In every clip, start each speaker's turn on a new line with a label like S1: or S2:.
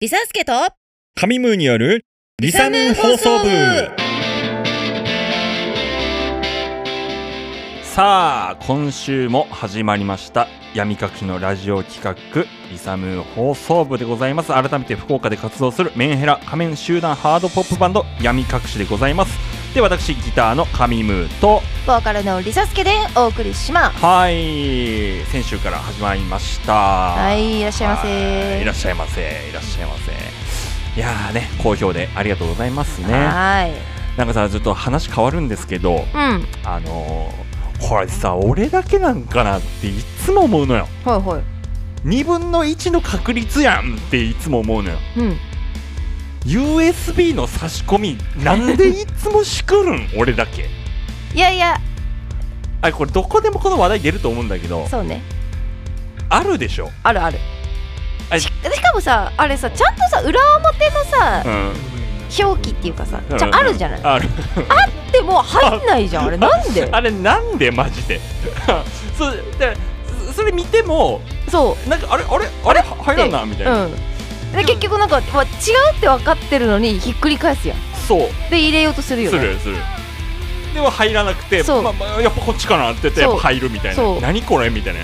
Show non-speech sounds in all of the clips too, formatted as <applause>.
S1: リサスケと
S2: 神ムーによるリサムー放送部さあ今週も始まりました闇隠しのラジオ企画リサムー放送部でございます改めて福岡で活動するメンヘラ仮面集団ハードポップバンド闇隠しでございますで私ギターの神ムーと
S3: ボーカルのリサスケでお送りします
S2: はい先週から始まりました
S3: はいいらっしゃいま
S2: はい
S3: せ
S2: いらっしゃいませいらっしゃいませいやーね好評でありがとうございますね
S3: はい
S2: なんかさちょっと話変わるんですけど
S3: うん
S2: あのー、これさ俺だけなんかなっていつも思うのよ
S3: ほいほい
S2: 2分の1の確率やんっていつも思うのよ
S3: うん
S2: USB の差し込みなんでいつもしくる
S3: <laughs>
S2: ん俺だけ
S3: いやいや
S2: あれこれどこでもこの話題出ると思うんだけど
S3: そうね
S2: あるでしょ
S3: あるある
S2: あ
S3: ししかもさあれさちゃんとさ裏表のさ
S2: うん
S3: 表記っていうかさ
S2: うん
S3: ちゃあるじゃない
S2: ある
S3: でも入んないじゃんあれなんで
S2: <laughs> あれなんでマジで <laughs> そうでそれ見ても
S3: そ
S2: なんかあれあれあれ入らんなみた
S3: う
S2: いうな、
S3: んで結局なんか、まあ、違うって分かってるのにひっくり返すやん
S2: そう
S3: で入れようとするよ
S2: す
S3: ね
S2: るするでも入らなくて、
S3: そう
S2: まあまあ、やっぱこっちかなって言ってやっ
S3: そう
S2: ぱ入るみたい
S3: そ
S2: な
S3: う
S2: 何これみたいな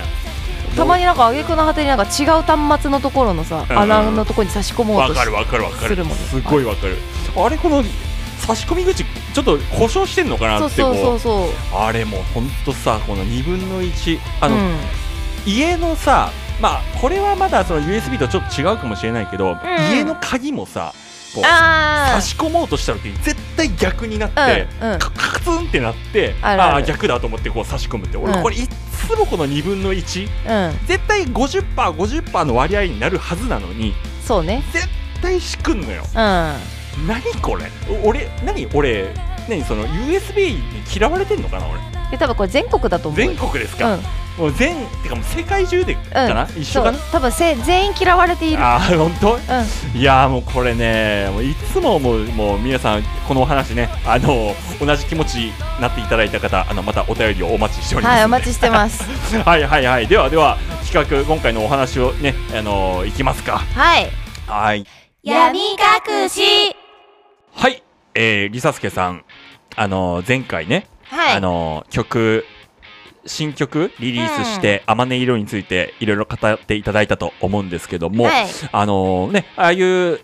S3: たまになんか挙句の果てになんか違う端末のところのさ、
S2: うん
S3: 穴のところに差し込もう
S2: わ
S3: とし
S2: かるわかるわか
S3: す
S2: る
S3: るもんね
S2: すごいわかるあれこの差し込み口ちょっと故障してんのかな
S3: そう
S2: って
S3: そう
S2: こ
S3: そう
S2: う
S3: そう
S2: あれもうほんとさこの2分の1あの、
S3: うん
S2: 家のさまあこれはまだその USB とちょっと違うかもしれないけど、家の鍵もさこう
S3: あ
S2: 差し込もうとした時に絶対逆になって、
S3: うんうん
S2: カカツンってなって
S3: あるある
S2: ー逆だと思ってこう差し込むって俺
S3: うん
S2: これいっつもこの2分の1
S3: あうん
S2: 絶対 50%50% の割合になるはずなのに
S3: そうね
S2: 絶対しくんのよ
S3: うんあ
S2: 何これお俺何俺何その USB に嫌われてんのかな俺
S3: で多分これ全国だと思う
S2: 全国です
S3: う
S2: か、
S3: ん
S2: もう全てかもう世界中でかな、一緒
S3: そ
S2: か
S3: う
S2: な
S3: 多分せ全員嫌われている
S2: あー本
S3: うん
S2: 当いやーもうこれねもういつももうもう皆さんこのお話ねあの同じ気持ちになっていただいた方あのまたお便りをお待ちしております
S3: はいお待ちしてます
S2: <laughs> すはいはいはいではでは企画今回のお話をねあのいきますか
S3: はい
S2: はい
S1: 闇隠し
S2: はい、えー、りさすけさん、あのー前回ね、
S3: はい
S2: あのー曲、新曲リリースして、あまね色についていろいろ語っていただいたと思うんですけども、
S3: はい
S2: あのーね、ああいう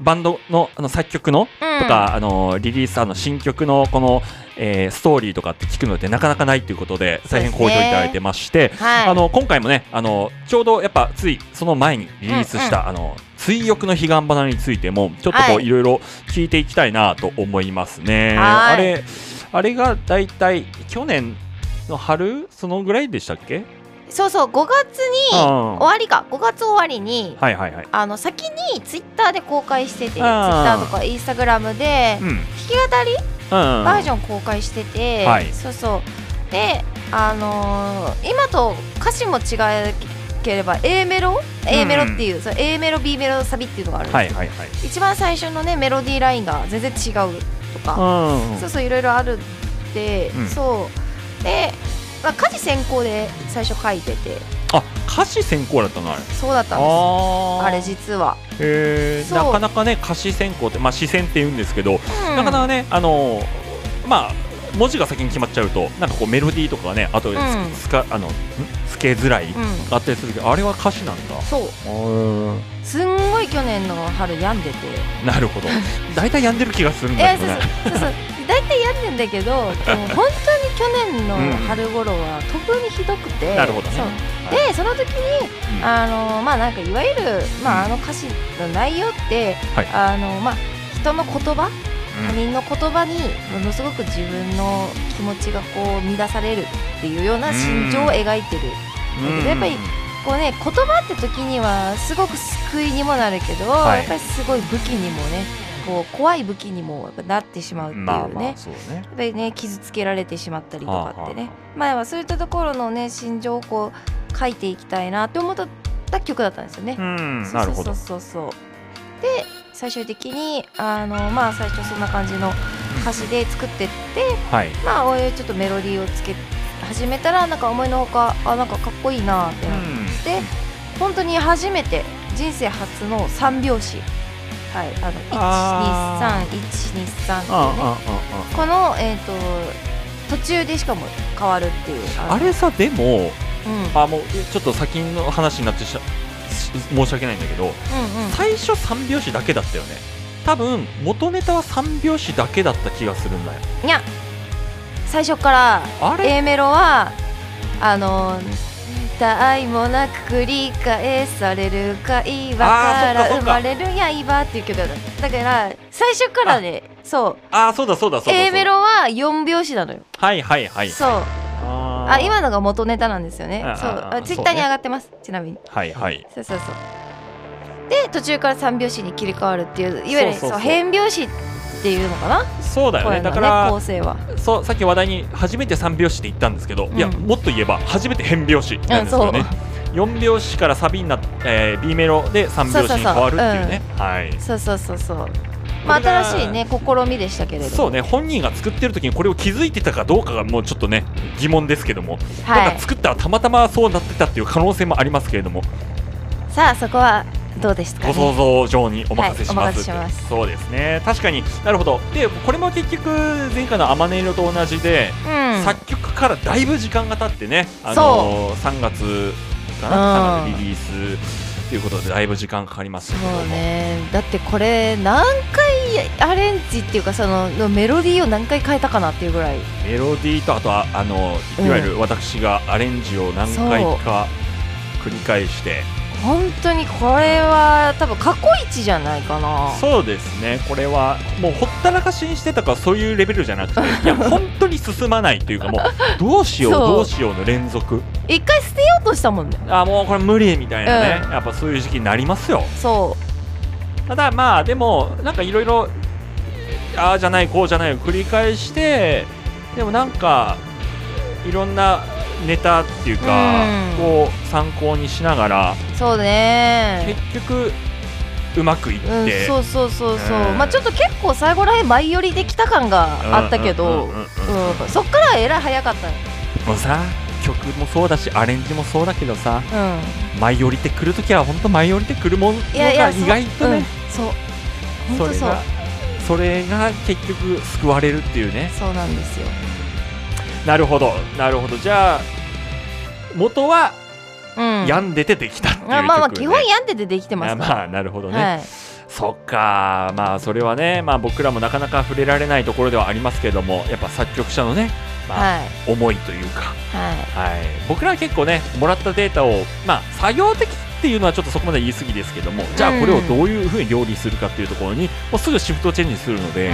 S2: バンドのあの作曲の
S3: うん
S2: とか、あのーリリースあの新曲のこの、えーストーリーとかって聞くのってなかなかないということで、大変
S3: そ
S2: 好
S3: う
S2: 評い
S3: ですね
S2: ただいてまして、
S3: はい
S2: あの今回もねあのちょうどやっぱついその前にリリースした、あの水浴の彼岸花についてもちょっとこ
S3: は
S2: う
S3: い
S2: いろいろ聞いていきたいなと思いますね、
S3: はい
S2: あれあれがだいたい去年の春そのぐらいでしたっけ
S3: そうそう5月に
S2: うん
S3: 終わりか5月終わりに
S2: はいはいはい
S3: あの先にツイッターで公開しててツイッ
S2: あー
S3: ターとかインスタグラムで
S2: うんうん
S3: 弾き語りバージ
S2: ョン
S3: ョン公開してて、
S2: はい
S3: そうそうで、あのー今と歌詞も違ければ A メロ、A メロっていうその A メロ B メロサビっていうのがあるんです
S2: はい
S3: よ、
S2: はいはい
S3: 一番最初のねメロディーラインが全然違うとか、
S2: うん
S3: そうそういろいろあるって、
S2: うん
S3: そうで、まあ、歌詞先行で最初書いてて
S2: あ歌詞先行だったのあれ
S3: そうだったんです
S2: あー
S3: あれ実は、
S2: へー
S3: そう
S2: なかなかね歌詞先行ってまあ視線って言うんですけど
S3: うん
S2: なかなかね、あのーまあ、文字が先に決まっちゃうと、なんかこうメロディーとかがね、あと
S3: うん
S2: つつか、あの、んつけづらい。
S3: うん
S2: あったりするけど、あれは歌詞なんだ。
S3: そうすんごい去年の春病んでて
S2: なる
S3: <laughs>
S2: ほど。大体病んでる気がするん
S3: いや
S2: だけ
S3: そう
S2: どね。
S3: そうそうそう大体病んでんだ
S2: <laughs>
S3: けどでも本当に去年の春頃は特にひどくて、
S2: なるほどね
S3: そう
S2: は
S3: でその時に
S2: うん
S3: あのまあなんかいわゆる、まあ、あの歌詞の内容って、
S2: はい
S3: あのまあ人の言葉他
S2: うん
S3: 人の言葉にものすごく自分の気持ちがこう乱されるっていうような心情を描いてる、
S2: うん
S3: やっぱりこうね言葉って時にはすごく救いにもなるけど、
S2: はい
S3: やっぱりすごい武器にもねこう怖い武器にもやっぱなってしまうっていうね、
S2: まあまあ、そうね。
S3: やっぱりね傷つけられてしまったりとかってね、
S2: はあは
S3: 前はそういったところのね心情をこう書いていきたいなって思った曲だったんですよね
S2: う。
S3: そ
S2: ん、
S3: う
S2: なるほど。
S3: そうそうそうそうで最終的にあのまあ最初そんな感じの歌詞で作ってって、
S2: はい。
S3: まあおいおいちょっとメロディーをつけ始めたらなんか思いのほかあなんかかっこいいなってなって、本当に初めて人生初の三拍子はいあ
S2: あ
S3: の123123っていうね
S2: ああああ
S3: このえっ、と途中でしかも変わるっていうあの
S2: あれさでも
S3: うん
S2: あもうえちょっと先の話になってしし申し訳ないんだけど
S3: うんうん
S2: 最初三拍子だけだったよね多分元ネタは三拍子だけだった気がするんだよ
S3: いや最初から
S2: あれ
S3: A メロはあの愛もなく繰り返される会話から
S2: あーそっかそっ
S3: 生
S2: か
S3: まれる刃っていう曲だっただから最初からねそう
S2: あそうだそうだそうだそうだ
S3: A メロは4拍子なのよ、
S2: はいはいはい
S3: そう
S2: あー
S3: あ今のが元ネタなんですよね
S2: あー
S3: そう
S2: あー
S3: あツイッターに
S2: そうね
S3: 上がってますちなみに
S2: はいはい
S3: そうそうそうで途中から3拍子に切り替わるっていういわゆる
S2: そうそうそう
S3: そう変拍子っていうのかな
S2: そうだよ
S3: 声
S2: ね
S3: の
S2: だか
S3: ね構
S2: ら
S3: 成は
S2: そうさっき話題に初めて三拍子って言ったんですけど、
S3: ん
S2: いやもっと言えば初めて変拍子なんですよね、4拍子からサビになっ、えー B メロで3拍子に変わるっていうねはい
S3: そうそうそうそうまあ
S2: これが
S3: 新しいね試みでしたけれど
S2: そうね本人が作ってる時にこれを気づいてたかどうかがもうちょっとね疑問ですけども、
S3: は
S2: ただ
S3: い
S2: 作ったらたまたまそうなってたっていう可能性もありますけれども
S3: さあそこはどうですかね
S2: ご想像上にお任せし
S3: はいお
S2: ま
S3: 任せ
S2: す,、
S3: します
S2: そうですね確かになるほどでこれも結局前回の「あまね色」と同じで、
S3: うん
S2: 作曲からだいぶ時間が経ってね、あのー3月かな、
S3: うん
S2: かなりリリースということでだいぶ時間かかります
S3: そ
S2: けれども
S3: うねだってこれ何回アレンジっていうかそのメロディーを何回変えたかなっていうぐらい
S2: メロディーとあとはあの
S3: うん
S2: いわゆる私がアレンジを何回か繰り返して、
S3: 本当にこれは多分過去一じゃないかな
S2: そうですねこれはもうほったらかしにしてたとかそういうレベルじゃなく
S3: <laughs>
S2: ていや本当に進まないというかもうどうしよう
S3: そう
S2: どうしようの連続
S3: 一回捨てようとしたもんね
S2: あもうこれ無理みたいなね、
S3: う
S2: やっぱそういう時期になりますよ
S3: そ
S2: ただまあでもなんかいろいろああじゃないこうじゃないを繰り返してでもなんかいろんなネタっていうか
S3: うん
S2: を参考にしながら
S3: うそうね
S2: 結局うまくいっ
S3: うん
S2: て、、
S3: そうそうそうそう、
S2: うん
S3: まあちょっと結構最後らへん前寄りできた感があったけど、
S2: うんうんうんうん
S3: うんそっからえらい早かったね
S2: もうさ曲もそうだしアレンジもそうだけどさ
S3: うん
S2: 舞い降りてくるときは本当舞い降りてくるものが
S3: いやいや
S2: 意外とね、
S3: そう,、うん、そう本当そ
S2: それ
S3: う
S2: がそれが結局救われるっていうね
S3: そうなんですよ
S2: なるほどなるほどじゃあ元は
S3: うん
S2: 病んでてできたっていう曲、ね
S3: あまあまあ基本病んでてできてますから、
S2: あまあなるほどね、
S3: はい、
S2: そっかまあそれはね、まあ、僕らもなかなか触れられないところではありますけれどもやっぱ作曲者のね、まあ
S3: はい
S2: 思いというか、
S3: はい
S2: はい、僕らは結構ねもらったデータを、まあ、作業的っていうのはちょっとそこまで言い過ぎですけどもじゃあこれをどういうふうに料理するかっていうところにもうすぐシフトチェンジするので、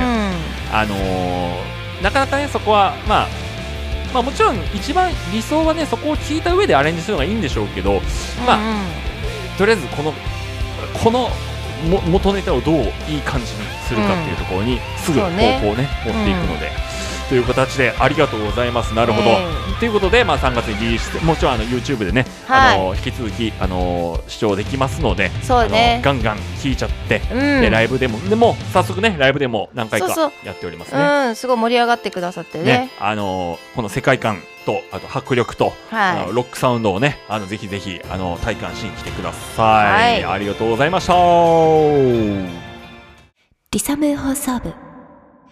S2: あのーなかなかねそこはまあまあもちろん一番理想はねそこを聞いた上でアレンジするのがいいんでしょうけ
S3: う
S2: ど
S3: ん、
S2: まあ
S3: うんうん
S2: とりあえずこのこのも元ネタをどういい感じにするかっていうところにすぐ
S3: そ
S2: 方
S3: う
S2: 向を
S3: ね
S2: ね持っていくので、という形でありがとうございますなるほど、
S3: え
S2: ということで、まあ、3月にリリースしてもちろんあの YouTube でね、
S3: はい
S2: あの引き続きあの視聴できますので、
S3: そう
S2: あの
S3: ね
S2: ガンガン聴いちゃって、
S3: うん
S2: でライブでもでも早速ねライブでも何回か
S3: そうそう
S2: やっておりますね。
S3: うんすごい盛り上がってくださってね
S2: ね、あのこの世界観とあと迫力と、あ
S3: は
S2: の
S3: い
S2: ロックサウンドをねあのぜひぜひあの体感しに来てください、
S3: はい
S2: ありがとうございました
S1: リサム放送部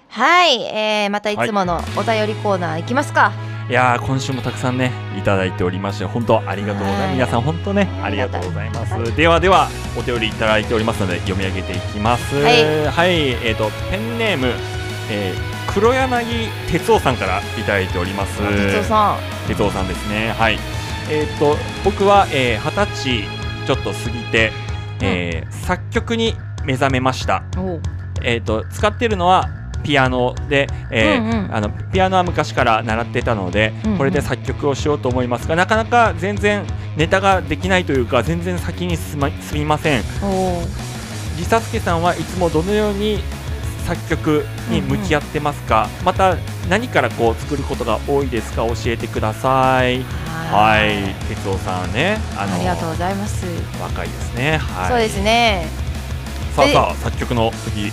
S3: はい、えー、またいつものお便りコーナーいきますか、
S2: いやー今週もたくさんねいただいておりまして本当ありがとうございます、
S3: はい
S2: 皆さん本当ねあ
S3: あ
S2: り
S3: り
S2: が
S3: が
S2: と
S3: と
S2: う
S3: う
S2: ご
S3: ご
S2: ざ
S3: ざ
S2: い
S3: い
S2: ま
S3: ます
S2: す、ではではお便りいただいておりますので読み上げていきます
S3: はい、
S2: えー、とペンネーム、えー黒柳哲夫さんからいただいております
S3: 哲夫さん
S2: 哲夫さんですね。はい。えーっと僕は二十、えー20歳ちょっと過ぎて、えー作曲に目覚めました。
S3: おう
S2: えーっと使ってるのはピアノで、えー
S3: うんうん
S2: あのピアノは昔から習ってたので、
S3: うんうん
S2: これで作曲をしようと思いますが、なかなか全然ネタができないというか全然先に進ま進みません。
S3: おう
S2: リサスケさんはいつもどのように作曲に向き合ってますか、また何からこう作ることが多いですか教えてください。はい、哲夫さんね、あの
S3: ありがとうございます、
S2: 若いですね。はい、
S3: そうです。ね
S2: さあ
S3: で
S2: さあ作曲の次、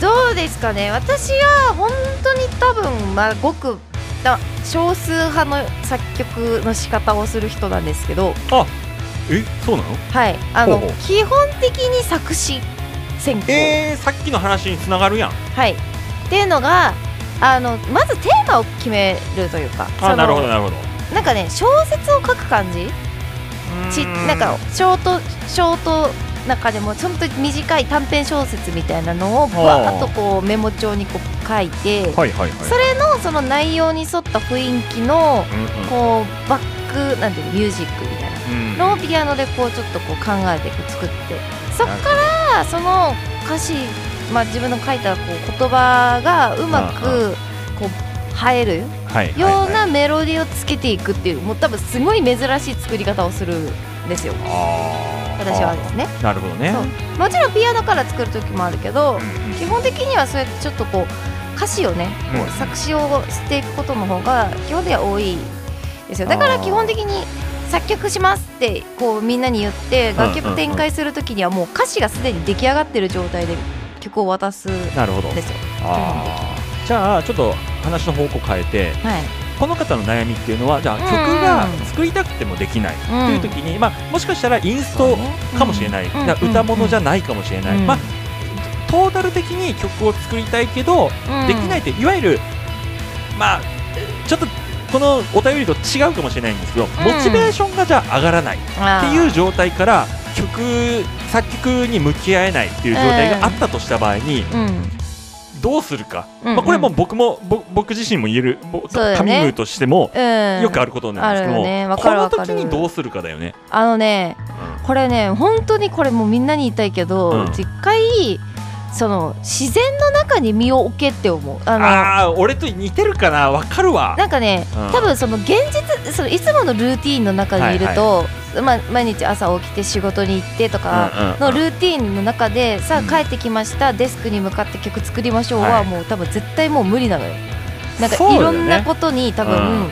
S3: どうですかね私は本当に多分まあごくだ少数派の作曲の仕方をする人なんですけど
S2: あ、えそうなの
S3: はいあの
S2: ほうほう
S3: 基本的に作詞選考、
S2: えー、さっきの話につながるやん
S3: はいっていうのがあのまずテーマを決めるというかそ
S2: あ
S3: の
S2: なるほどなるほど
S3: なんかね小説を書く感じち
S2: うー
S3: なんかショートショート中でも本当に短い短編小説みたいなのをバーっとこうメモ帳にこう書いて、
S2: はいはいはい
S3: それのその内容に沿った雰囲気の
S2: うんうん
S3: こうバックなんていうのミュージックみたいな
S2: うん
S3: のをピアノでこうちょっとこう考えて作ってそっからその歌詞、まあ、自分の書いたこう言葉がうまくこう映える
S2: はいはい
S3: よう
S2: はい
S3: なメロディーをつけていくっていうもう多分すごい珍しい作り方をするんですよ
S2: あー
S3: 私はですね。
S2: なるほどね
S3: そうもちろんピアノから作る時もあるけど
S2: うんうん
S3: 基本的にはそうやってちょっとこう歌詞をねこう
S2: うん
S3: 作詞をしていくことの方が基本では多いですよだから
S2: あー
S3: 基本的に作曲しますってこうみんなに言って楽
S2: うんうんう
S3: 曲
S2: ん
S3: 展開する時にはもう歌詞がすでに出来上がってる状態で曲を渡すん
S2: なるほど
S3: ですよ。
S2: あーじゃあちょっと話の方向変えて
S3: はい
S2: この方の悩みっていうのはじゃあ
S3: うん
S2: 曲が作りたくてもできないという時に、まあ、もしかしたらインストかもしれない、
S3: うん
S2: だから歌物じゃないかもしれない、
S3: うん
S2: まあ、トータル的に曲を作りたいけど、できない
S3: い
S2: っていわゆる、まあ、ちょっとこのお便りと違うかもしれないんですけど、モチベーションがじゃあ上がらないっ
S3: って
S2: いう状態から曲作曲に向き合えないっていう状態があったとした場合に、どうするか、まあ、これはもう僕もぼ僕自身も言えるぼ
S3: そうだよね
S2: カミングとしてもよく
S3: あ
S2: あることなんですけど
S3: あるよねわ
S2: こ
S3: かる
S2: の
S3: わかる
S2: 時にどうするかだよね。
S3: あのねこれね本当にこれもうみんなに言いたいけど、
S2: うん
S3: 一回その自然の中に身を置けって思うあの
S2: ああー俺と似てるかなわかるわ。
S3: なんかね、
S2: うん
S3: 多分その現実そのいつものルーティーンの中にいると、まあ、毎日朝起きて仕事に行ってとか
S2: うんうん
S3: のルーティーンの中でさあ
S2: うん
S3: 帰ってきましたデスクに向かって曲作りましょう
S2: は
S3: はいもう多分絶対もう無理なのよ。なんか
S2: そう
S3: い
S2: だよ
S3: ろ
S2: ね
S3: んなことに多
S2: う
S3: 分、
S2: ん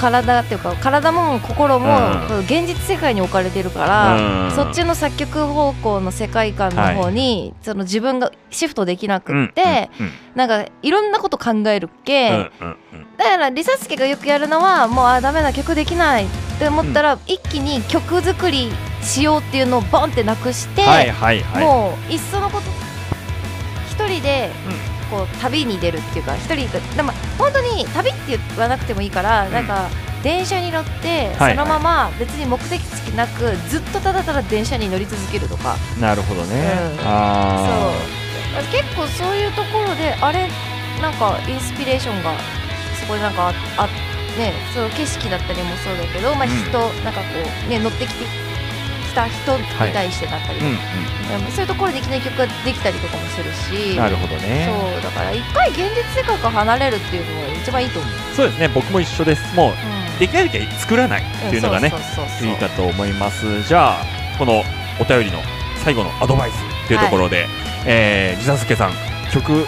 S3: 体っていうか体も心も
S2: うん
S3: こう現実世界に置かれてるから。
S2: うん
S3: そっちの作曲方向の世界観の方に、その自分がシフトできなくって、
S2: うんうん
S3: なんかいろんなこと考えるっけ、
S2: うんうん
S3: だからリサスケがよくやるのはもうあダメだ曲できないって思ったら、一気に曲作りしようっていうのをボンってなくして、
S2: はいはいはい。
S3: もういっそのこと一人でこう旅に出るっていうか一人ででも本当に旅って言わなくてもいいから、
S2: ん
S3: なんか電車に乗ってそ
S2: はい
S3: のまま別に目的地なくずっとただただ電車に乗り続けるとか、
S2: なるほどね。
S3: うん
S2: あ
S3: そう結構そういうところであれなんかインスピレーションがすごいなんかああねその景色だったりもそうだけど、まあ、
S2: うん
S3: 人、なんかこうね乗ってきてきた人に対してだったりとか
S2: う。
S3: う
S2: ん
S3: んそういうところでいきなり曲ができたりとかもする
S2: う
S3: し
S2: ん。なるほどね。
S3: そうだから一回現実世界から離れるっていうのが一番いいと思う、
S2: そうですね。僕も一緒です。もう
S3: うん
S2: できない時は作らないっていうのがね
S3: そうそうそうそう
S2: いいかと思います。じゃあこのお便りの最後のアドバイスっていうところで、えー、ジザスケさん曲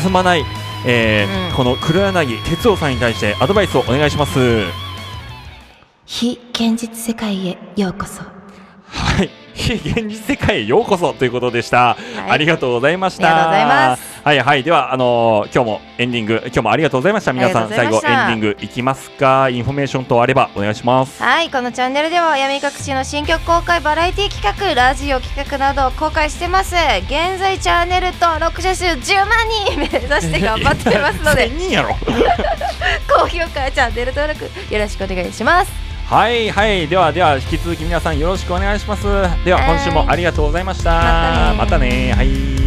S2: 進まない、えー
S3: うん
S2: この黒柳哲夫さんに対してアドバイスをお願いします。
S1: 非現実世界へようこそ
S2: はい、 <laughs> 非現実世界へようこそということでした。
S3: はい
S2: ありがとうございました。。
S3: ありがとうございます
S2: はいはい、ではあのー今日もエンディング、今日もありがとうございました。皆さ
S3: あ
S2: ん
S3: りが
S2: 最
S3: とう
S2: 後
S3: ご
S2: エンデ
S3: ざいました
S2: ィングいきますか。インフォメーション等あればお願いします。
S3: はいこのチャンネルでは闇隠しの新曲公開バラエティ企画ラジオ企画などを公開してます現在チャンネル登録者数10万人目指して頑張ってます <laughs>
S2: <laughs>
S3: ので
S2: 千人やろ。
S3: 高評価チャンネル登録よろしくお願いします
S2: はいはい、ではでは引き続き皆さんよろしくお願いします。では
S3: はい
S2: 今週もありがとうございました。
S3: またね
S2: またねはい。